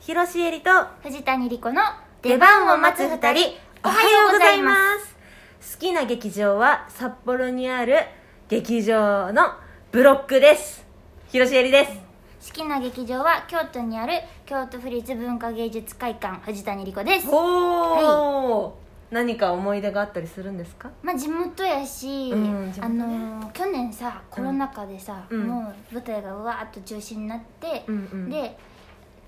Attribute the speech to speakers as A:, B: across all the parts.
A: 広瀬えりと
B: 藤谷莉子の
A: 出番を待つ二人おはようござい
B: す
A: ます好きな劇場は札幌にある劇場のブロックです広瀬えりです
B: 好きな劇場は京都にある京都府立文化芸術会館藤谷莉子です
A: おお、何か思い出があったりするんですか
B: まあ地元やし、
A: うん地
B: あ
A: 元ね
B: のー去年さコロナ禍でさ、
A: うん
B: もう舞台がうわーっと中止になって、
A: うんうん
B: で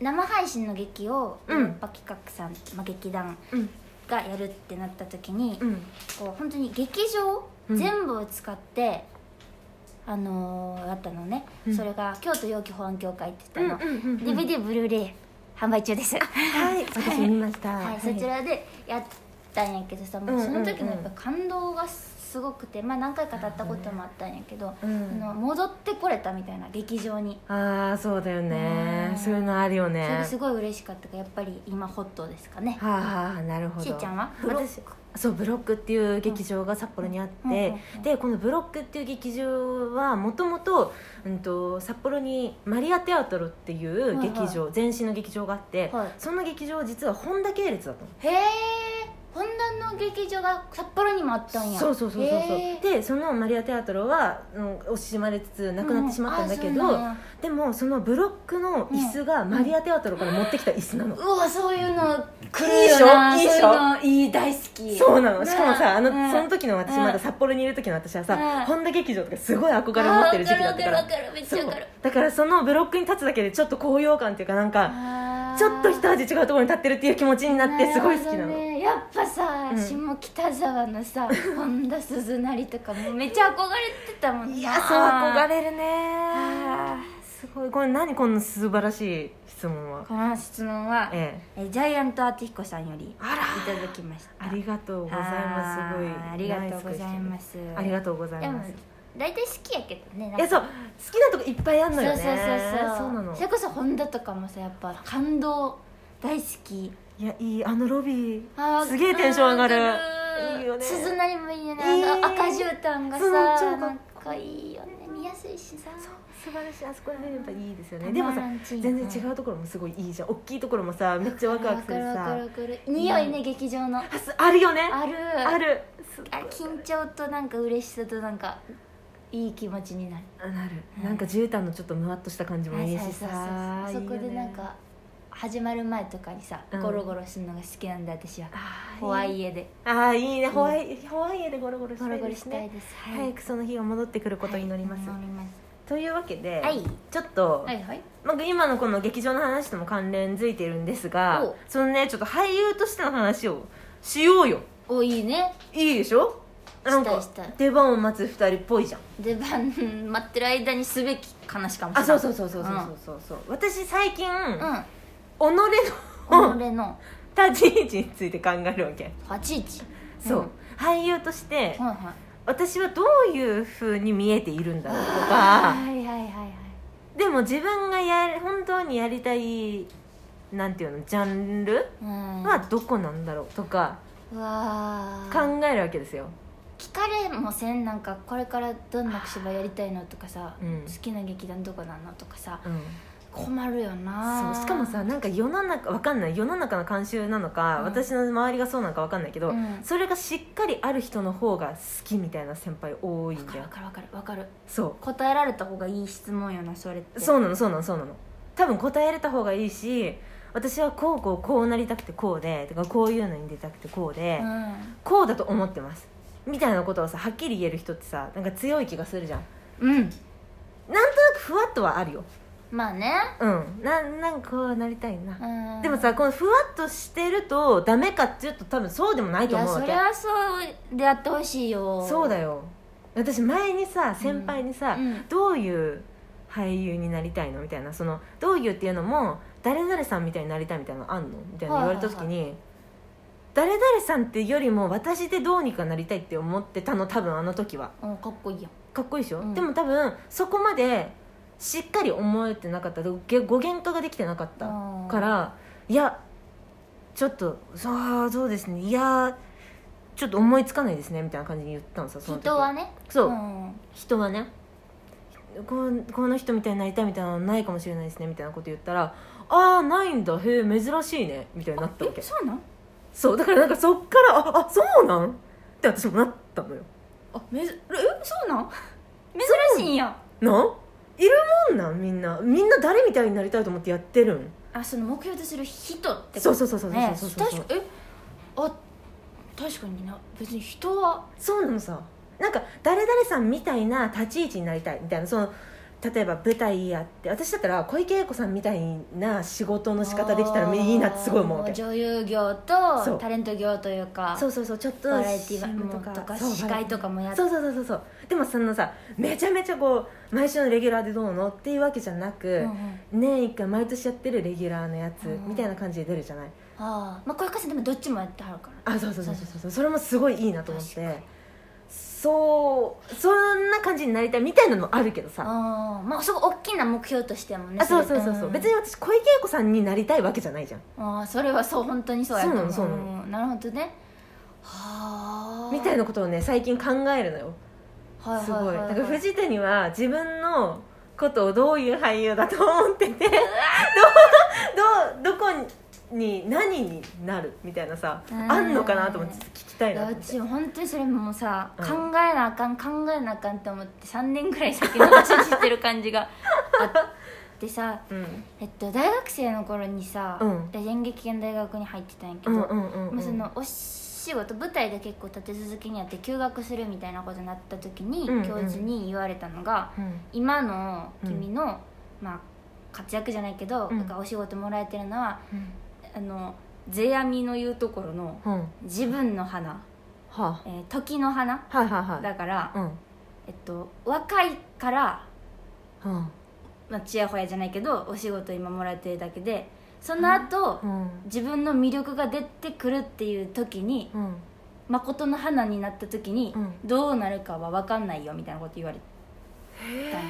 B: 生配信の劇を
A: う
B: ヨ
A: ん
B: ーロッパ企画さん、まあ、劇団
A: うん
B: がやるってなった時に、
A: うん
B: こう本当に劇場
A: うん
B: 全部を使って、あのーやったのね、
A: うん
B: それが京都陽気保安協会って言ったの、
A: うんうんうんうん
B: DVD ブルーレイ販売中ですは
A: はい私見ました
B: い、そちらでやったんやけどさもうその時のやっぱ感動がすごくて、まあ、何回か経ったこともあったんやけど、
A: うん
B: あの戻ってこれたみたいな劇場に、
A: ああそうだよね
B: ね
A: そういうのあるよね
B: それがすごい嬉しかったからやっぱり今ホットですかね、
A: はあ、はあ、なるほど
B: しーちゃんは
A: ブロッ
B: 私
A: そうブロックっていう劇場が札幌にあって、
B: うんうんうんうん
A: でこのブロックっていう劇場はもともと札幌にマリアテアトルっていう劇場、
B: はい
A: 前身の劇場があって、
B: はい
A: その劇場は実は本田系列だったの
B: へえ本田の劇場が札幌にもあったんや
A: そうそうそうそうそう
B: へー
A: でそのマリアテアトルは、うん、惜しまれつつなくなってしまったんだけど、
B: うんあ
A: でもそのブロックの椅子がマリアテアトルから持ってきた椅子なの、
B: そうなんやうわそういうの来るよない
A: いでしょ
B: そういうのいい大好き
A: そうなのしかもさあの、
B: うん
A: その時の私
B: うん
A: まだ札幌にいる時の私はさ、
B: うん
A: 本田劇場とかすごい憧れを持ってる時期だったか
B: あ
A: ら
B: わかるわかるわかるめっちゃわかる
A: そうだからそのブロックに立つだけでちょっと高揚感っていうかなんか
B: あー
A: ちょっと一味違うところに立ってるっていう気持ちになってすごい好きな
B: るほど
A: の
B: ねやっぱさ、
A: うん
B: 下北沢のさ本田鈴なりとかもめっちゃ憧れてたもんない
A: いやそう憧
B: れ
A: れるねすごいこれ何この素晴らしい質問は
B: この質問はえ
A: ええ
B: ジャイアントアーティヒコさんよりい
A: あら
B: ただきました
A: ありがとうございますすごい
B: あーありがとうございます
A: ありがとうござ
B: で
A: い
B: も
A: ます
B: 大体好きやけどね
A: いやそう好きなとこいっぱいあん
B: そ
A: の
B: う
A: よ
B: そう
A: ね
B: そうそう
A: そうなの
B: それこそホンダとかもさやっぱ感動大好き
A: いやいいあのロビ
B: あ
A: ー
B: ー
A: すげえテンション上がる
B: わか
A: いいよね
B: 鈴なりもいいよね、
A: いい
B: あの赤絨毯がさ
A: そう超か
B: な
A: っ
B: んかいいよね見やすいしさ
A: そう素晴らしいあそこら辺やっぱいいですよねで
B: た
A: も
B: ま
A: さ
B: らんチーム
A: 全然違うところもすごいいいじゃん大きいところもさめっちゃワクワクする
B: わか
A: さ
B: るわかるわかる匂いね、劇場のあ
A: あすあるよね
B: る
A: ある
B: あ緊張となんか嬉しさとなんかいい気持ちになる
A: あなる
B: うん
A: なんか絨毯のちょっとむわっとした感じもいい
B: あそ
A: し
B: うそうそう
A: さ
B: そうそこ
A: いいよ
B: で
A: ね
B: なんか始まる前とかにさ、
A: うん
B: ゴロゴロするのが好きなんで私は
A: あー
B: ホワ
A: いい
B: イエで
A: あーいいねホワイホワイエでゴロゴロし
B: ゴ
A: た
B: ロ
A: い
B: ゴロ
A: で
B: し
A: す
B: たい
A: ね
B: です、はい
A: 早くその日が戻ってくることを祈ります
B: はい祈ります
A: というわけで
B: はい
A: ちょっと
B: はいはい
A: まあ、今のこの劇場の話とも関連づいているんです
B: お
A: が
B: う
A: そのねちょっと俳優としての話をしようよ
B: おいいね
A: いいでしょなんか
B: したいしたい
A: 出番を待つ2人っぽいじゃん
B: 出番待ってる間にすべき話かもしれない
A: あそうそうそうそうそうそうそう、私最近、
B: うん
A: 己の
B: 俺の
A: 立ち位置について考えるわけ
B: 立ち位置
A: そう、
B: ん
A: 俳優として、
B: はいはい
A: 私はどういうふうに見えているんだろうと
B: は
A: か
B: いはいはいはい
A: でも自分がやる本当にやりたいなんていうのジャンル
B: うん
A: はどこなんだろうとか
B: うわー
A: 考えるわけですよ、
B: 聞かれもせんなんかこれからどんな芝居やりたいのとかさ、
A: うん
B: 好きな劇団どこなのとかさ
A: うん、
B: 困るよな
A: そうしかもさなんか世の中わかんない世の中の慣習なのか、
B: うん
A: 私の周りがそうなのかわかんないけど、
B: うん
A: それがしっかりある人の方が好きみたいな先輩多いん
B: わか
A: だ
B: る
A: よ
B: わかるわかるわかる
A: そ
B: 答えられた方がいい質問よなそれって
A: うそううなのそうなのそうなの多分答えれた方がいいし私はこうこうこうなりたくてこうでとかこういうのに出たくてこうで、こうだと思ってますみたいなことをさはっきり言える人ってさなんか強い気がするじゃん
B: うん、うん、
A: なんとなくふわっとはあるよ
B: まあね
A: うんななんかこうなりたいな、
B: うん
A: でもさこのふわっとしてるとダメかっていうと多分そうでもない
B: い
A: と
B: や
A: 思うわ
B: そ
A: け
B: りゃそうでやってほしいよ
A: そうだ
B: よ
A: よ私前にさ先輩にさ、
B: うんうん
A: どういう俳優になりたいのみたいなそのどういうっていうのも誰々さんみたいになりたいみたいなのあんのみたいな
B: は
A: 言わ
B: いはい
A: れ
B: はい
A: た時に、誰々さんっていうよりも私でどうにかなりたいって思ってたの多分あの時は
B: うんかっこいいやん
A: かっこいいでしょ、
B: うん
A: でも多分そこまでしっかり思えてなかったげ語源化ができてなかった
B: うん
A: からいやちょっとそうそうですねいやちょっと思いつかないですねみたいな感じに言ったのさその時
B: 人はね
A: そう、
B: ん
A: 人はねこうこの人みたいになりたいみたいなのないかもしれないですねみたいなこと言ったらああないんだへえ珍しいねみたいになったわ
B: え
A: け
B: そうなん
A: そうだからなんかそっからああそうなんって私もなったのよ
B: あめずえそ うなん珍しいんや
A: なんいるもんなんみんなみんな誰みたいになりたいと思ってやってるん
B: あその目標とする人って
A: そう
B: う
A: そうそうそうそう
B: ね
A: そうそう
B: 確かえあ確かにな別に人は
A: そうなのさなんか誰々さんみたいな立ち位置になりたいみたいなその例えば舞台やって私だったら小池栄子さんみたいな仕事の仕方できたらいいなってすごい思うわけ
B: あー女優業
A: そ
B: と
A: う
B: タレント業というか
A: そうそうそうちょっと
B: バラエティ
A: CM
B: もとか司会とかもやって
A: そうそうそうそうそうでもそのさめちゃめちゃこう毎週のレギュラーでどうのっていうわけじゃな
B: う
A: く
B: んう、ん
A: 年一回毎年やってるレギュラーのやつ
B: うん
A: みたいな感じで出るじゃない
B: ああまあ小池さんでもどっちもやってはるから
A: あそうそうそうそうそうそれもすごいいいなと思っ
B: 確か
A: てそうそんな感じになりたいみたいなのもあるけどさ
B: ああまあすごい大きな目標としてもね
A: あそうそうそうそう、
B: ん
A: 別に私小池栄子さんになりたいわけじゃないじゃん、
B: ああそれはそう本当にそうやと思
A: そうなのそうな
B: なるほどねはあ
A: みたいなことをね最近考えるのよ
B: は
A: すごい
B: は
A: だ
B: はは
A: から藤谷は自分のことをどういう俳優だと思っててどう どどこに何になるみたいなさ
B: うん
A: あんのかなと思って聞きたい
B: い
A: な
B: や
A: と
B: う
A: 思って
B: ち本当にそれもうさ、
A: うん
B: 考えなあかん考えなあかんと思って3年ぐらい先延ばしにしてる感じがあっ てさ
A: うん
B: えっと大学生の頃にさ、
A: うん
B: で演劇系の大学に入ってたんやけ
A: う
B: ど、
A: んうんうんうん
B: まあ、そのお仕事舞台で結構立て続けにやって休学するみたいなことになった時に、
A: うんうん
B: 教授に言われたのが
A: うん
B: 今の君の、まあ、活躍じゃないけど、
A: うん
B: なんかお仕事もらえてるのは
A: うん
B: あの世阿弥の言うところの
A: うん
B: 自分の花、
A: は
B: えー時の花
A: あ、はいはいはい
B: だから、
A: うん
B: えっと、若いから、
A: うん
B: まあ、ちやほやじゃないけどお仕事今もらえてるだけでその後、
A: うん
B: 自分の魅力が出てくるっていう時に
A: うん
B: 誠の花になった時に、
A: うん
B: どうなるかは分かんないよみたいなこと言われたんよ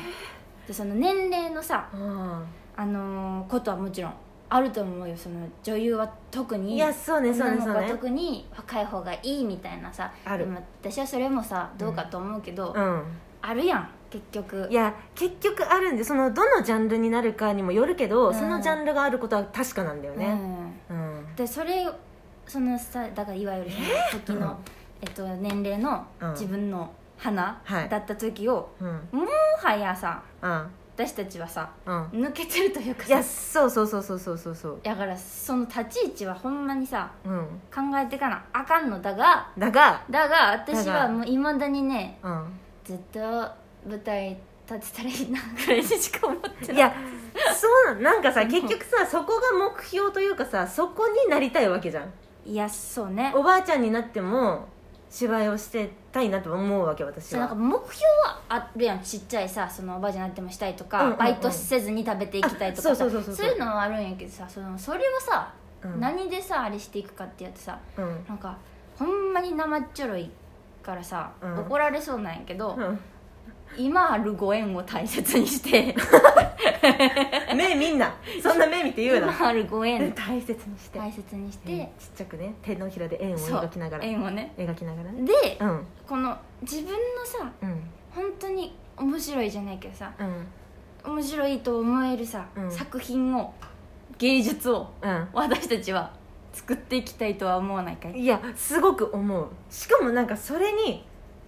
B: でその年齢のさ、
A: あ
B: あのーことはもちろんあると思うよその女優は特
A: あ
B: に
A: いやそうねそう
B: 女
A: ね
B: の
A: そ
B: 子
A: う
B: は
A: ね
B: 特に若い方がいいみたいなさ
A: ある
B: でも私はそれもさどうかと思うけど、
A: うん
B: あるやん結局
A: いや結局あるんでそのどのジャンルになるかにもよるけど、
B: うん
A: そのジャンルがあることは確かなんだよ
B: う
A: ね
B: ん
A: うん
B: でそれそのさだからいわゆるその時
A: うん
B: の、えっと、年齢の
A: うん
B: 自分の花
A: はい
B: だった時を、
A: うん
B: もはやさ
A: うん
B: 私たちはさ
A: うん
B: 抜けてるというか
A: いや
B: さ
A: そうそうそうそうそうそうそう
B: だからその立ち位置はほんまにさ
A: うん
B: 考えてかなあかんのだが
A: だが
B: だが私
A: だが
B: はもういまだにね
A: うん
B: ずっと舞台立てたらいいなぐらいでしか思ってな い
A: いやそうなんなんかさ結局さそこが目標というかさそこになりたいわけじゃん
B: いやそうね
A: おばあちゃんになっても芝居をしてたいなと思うわけ私
B: そうなんか
A: は
B: 目標はあるやんちっちゃいさそのおばあちゃんになってもしたいとか、
A: うんうんうん
B: バイトせずに食べていきたいとか
A: あそ
B: さ
A: うそうそうそう
B: いうのはあるんやけどさそのそれをさ、
A: うん
B: 何でさあれしていくかってやってさ
A: うん
B: なんかほんまに生っちょろいからさ、
A: うん
B: 怒られそうなんやけど、
A: うん
B: 今あるご縁を大切にして
A: 目みんなそんな目見て 言うな
B: 今あるご縁
A: 大切にして、
B: 大切にし
A: うん
B: て、
A: ちっちゃくね手のひらで円を
B: そう
A: 描きながら
B: 縁をね
A: 描きながらね
B: で、
A: うん
B: この自分のさ
A: うん
B: 本当に面白いじゃないけどさ
A: うん
B: 面白いと思えるさ、
A: うん
B: 作品を芸術を
A: う
B: 私たちは作っていきたいとは思わないか
A: ん
B: い、
A: いやすごく思うしかもなんかそれに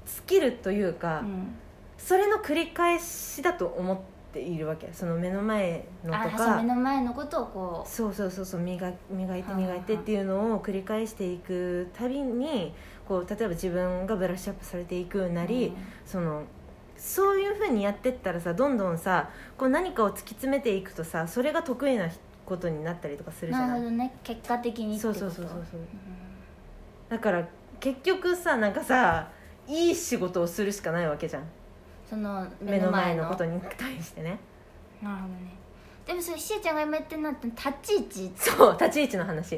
A: 尽きるというか、
B: うん、
A: それの繰り返しだと思っているわけその目の前の
B: あ
A: と
B: 初め
A: か
B: の前のことをこ
A: そうそうそうそう磨磨いて
B: はあはあ
A: 磨いてっていうのを繰り返していくたびにこう例えば自分がブラッシュアップされていく
B: う
A: なり、そのそういうふうにやってったらさどんどんさこう何かを突き詰めていくとさそれが得意なことになったりとかす
B: う
A: る
B: ん
A: じゃ
B: な
A: な
B: る
A: い
B: ほどね結果的にって
A: そ
B: こ
A: う
B: と
A: そうそうそうそう
B: う
A: だから結局さなんかさいい仕事をするしかないわけじゃん
B: んその
A: 目
B: 目
A: の
B: の
A: 前
B: 前
A: の
B: の
A: ことに対してね
B: なるほどねでもそれしーちゃんが今言ってるのって立ち位置
A: そう立ち位置の話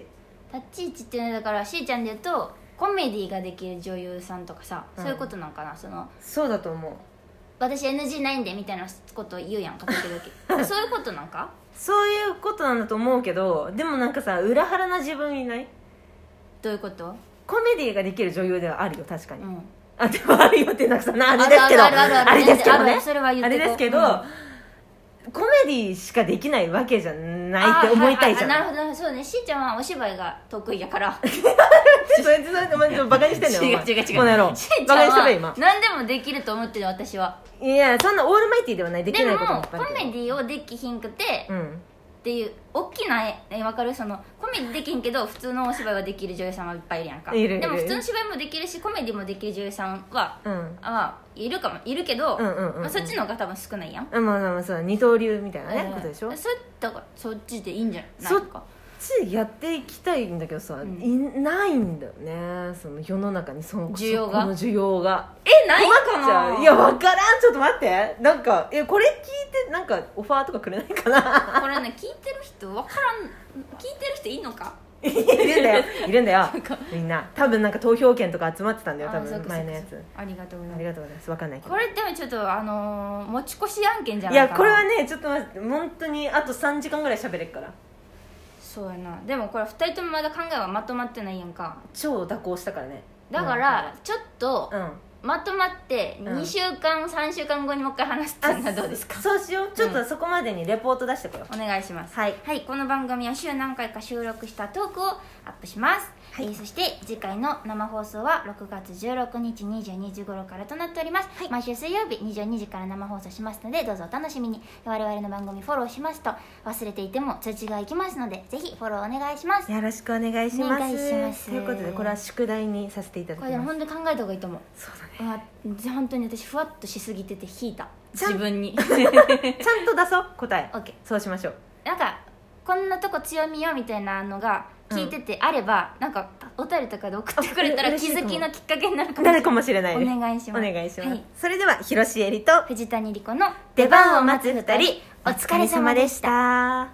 B: 立ち位置っていうのはだからしーちゃんで言うとコメディができる女優さんとかさ、
A: うん
B: そういうことなんかなその
A: そうだと思う
B: 私 NG ないんでみたいなこと言うやんか時 々そういうことなんか
A: そういうことなんだと思うけどでもなんかさ裏腹な自分いない
B: どういうこと、
A: コメディができる女優ではあるよ確かに、
B: うん
A: あでもあるよってなんかさなあれですけど
B: あるあるあるある
A: あれですけど
B: あるあ
A: ね
B: るそれは言って
A: あ
B: こ
A: れ
B: う
A: ですけど、
B: うん
A: コメディしかできないわけじゃないって思いたいじゃん、
B: あはいはいあなるほどなるほどそうねしーちゃんはお芝居が得意やから
A: それそれそれバカにしてんの
B: 違
A: よ
B: う
A: お前
B: 違う違う
A: この野郎
B: しーち
A: バカ
B: ゃん
A: にしてる今
B: は何でもできると思ってる私は
A: 今いやそんなオールマイティーではないでき
B: で
A: ない
B: も
A: こともいっぱいあ
B: コ
A: るけど
B: メディをできひんくて、
A: うん
B: っていう大きなえわかるそのコメディできんけど普通のお芝居はできる女優さんはいっぱいいるやんか
A: いるいる
B: でも普通の芝居もできるしコメディもできる女優さんは、
A: うん
B: あいるかもいるけど、
A: うんうんうんうん
B: まあ、そっちの方が多分少ないやん、
A: あまあまあまあそう二刀流みたいなね、
B: うん
A: ことでしょ
B: そだからそっちでいいんじゃない
A: そ
B: のか
A: ついやっていきたいんだけどさ、
B: ん
A: いないんだよねその世の中にその
B: 需要が
A: そこの需要が
B: えない
A: 困
B: か
A: っちゃ
B: な
A: ういや分からんちょっと待ってなんかえこれ聞いてなんかオファーとかくれないかな
B: これね聞いてる人わからん聞いてる人いんのか
A: いるんだよいるんだよみんな多分なんか投票権とか集まってたんだよ多
B: あそう
A: 分
B: か
A: 前のや
B: そう
A: つ
B: かありがとうござ
A: あ
B: い
A: り
B: ま
A: がとうございます分かんないけ
B: す
A: ど
B: これでもちょっとあのー持ち越し案件じゃ
A: い
B: ない
A: や
B: かな
A: これはねちょっと待って本当にあと3時間ぐらい喋れっから
B: そうやなでもこれ2人ともまだ考えはまとまってないやんか
A: 超蛇行したからね
B: だからちょっと
A: うん、うん
B: まとまって
A: うん
B: 2週間、3週間後にもう一回話すっていうのはどうですか
A: そうしようちょっとそこまでにレポート出してこよう、
B: お願いします
A: はい
B: はい、この番組は週何回か収録したトークをアップします、
A: はい
B: えーそして次回の生放送は6月16日22時頃からとなっております、毎週水曜日22時から生放送しますのでどうぞお楽しみに我々の番組フォローしますと忘れていても通知がいきますのでぜひフォローお願いします
A: よろしくお願いします
B: お願いします
A: ということでこれは宿題にさせていただき
B: こ
A: ま
B: れ
A: す
B: でも本当に考えた方がいいと思う
A: そうだね
B: うわ本当に私ふわっとしすぎてて引いた
A: ちゃん
B: 自 分に
A: ちゃんと出そう答え
B: OK
A: そうしましょう
B: なんかこんなとこ強みよみたいなのが聞いててあれば、なんかお便りとかで送ってくれた
A: あう
B: ら
A: 嬉し
B: 気
A: いか
B: づ
A: も
B: きのきっかけになるかもし
A: なる
B: れな
A: か
B: い
A: もしれない
B: お
A: です
B: 願いし
A: お
B: ます
A: 願いします、
B: はい
A: それでは広瀬絵里と
B: 藤谷莉子の
A: 出番を待つ二人お
B: お
A: 疲
B: 疲
A: れ
B: れ
A: 様
B: 様
A: で
B: で
A: し
B: した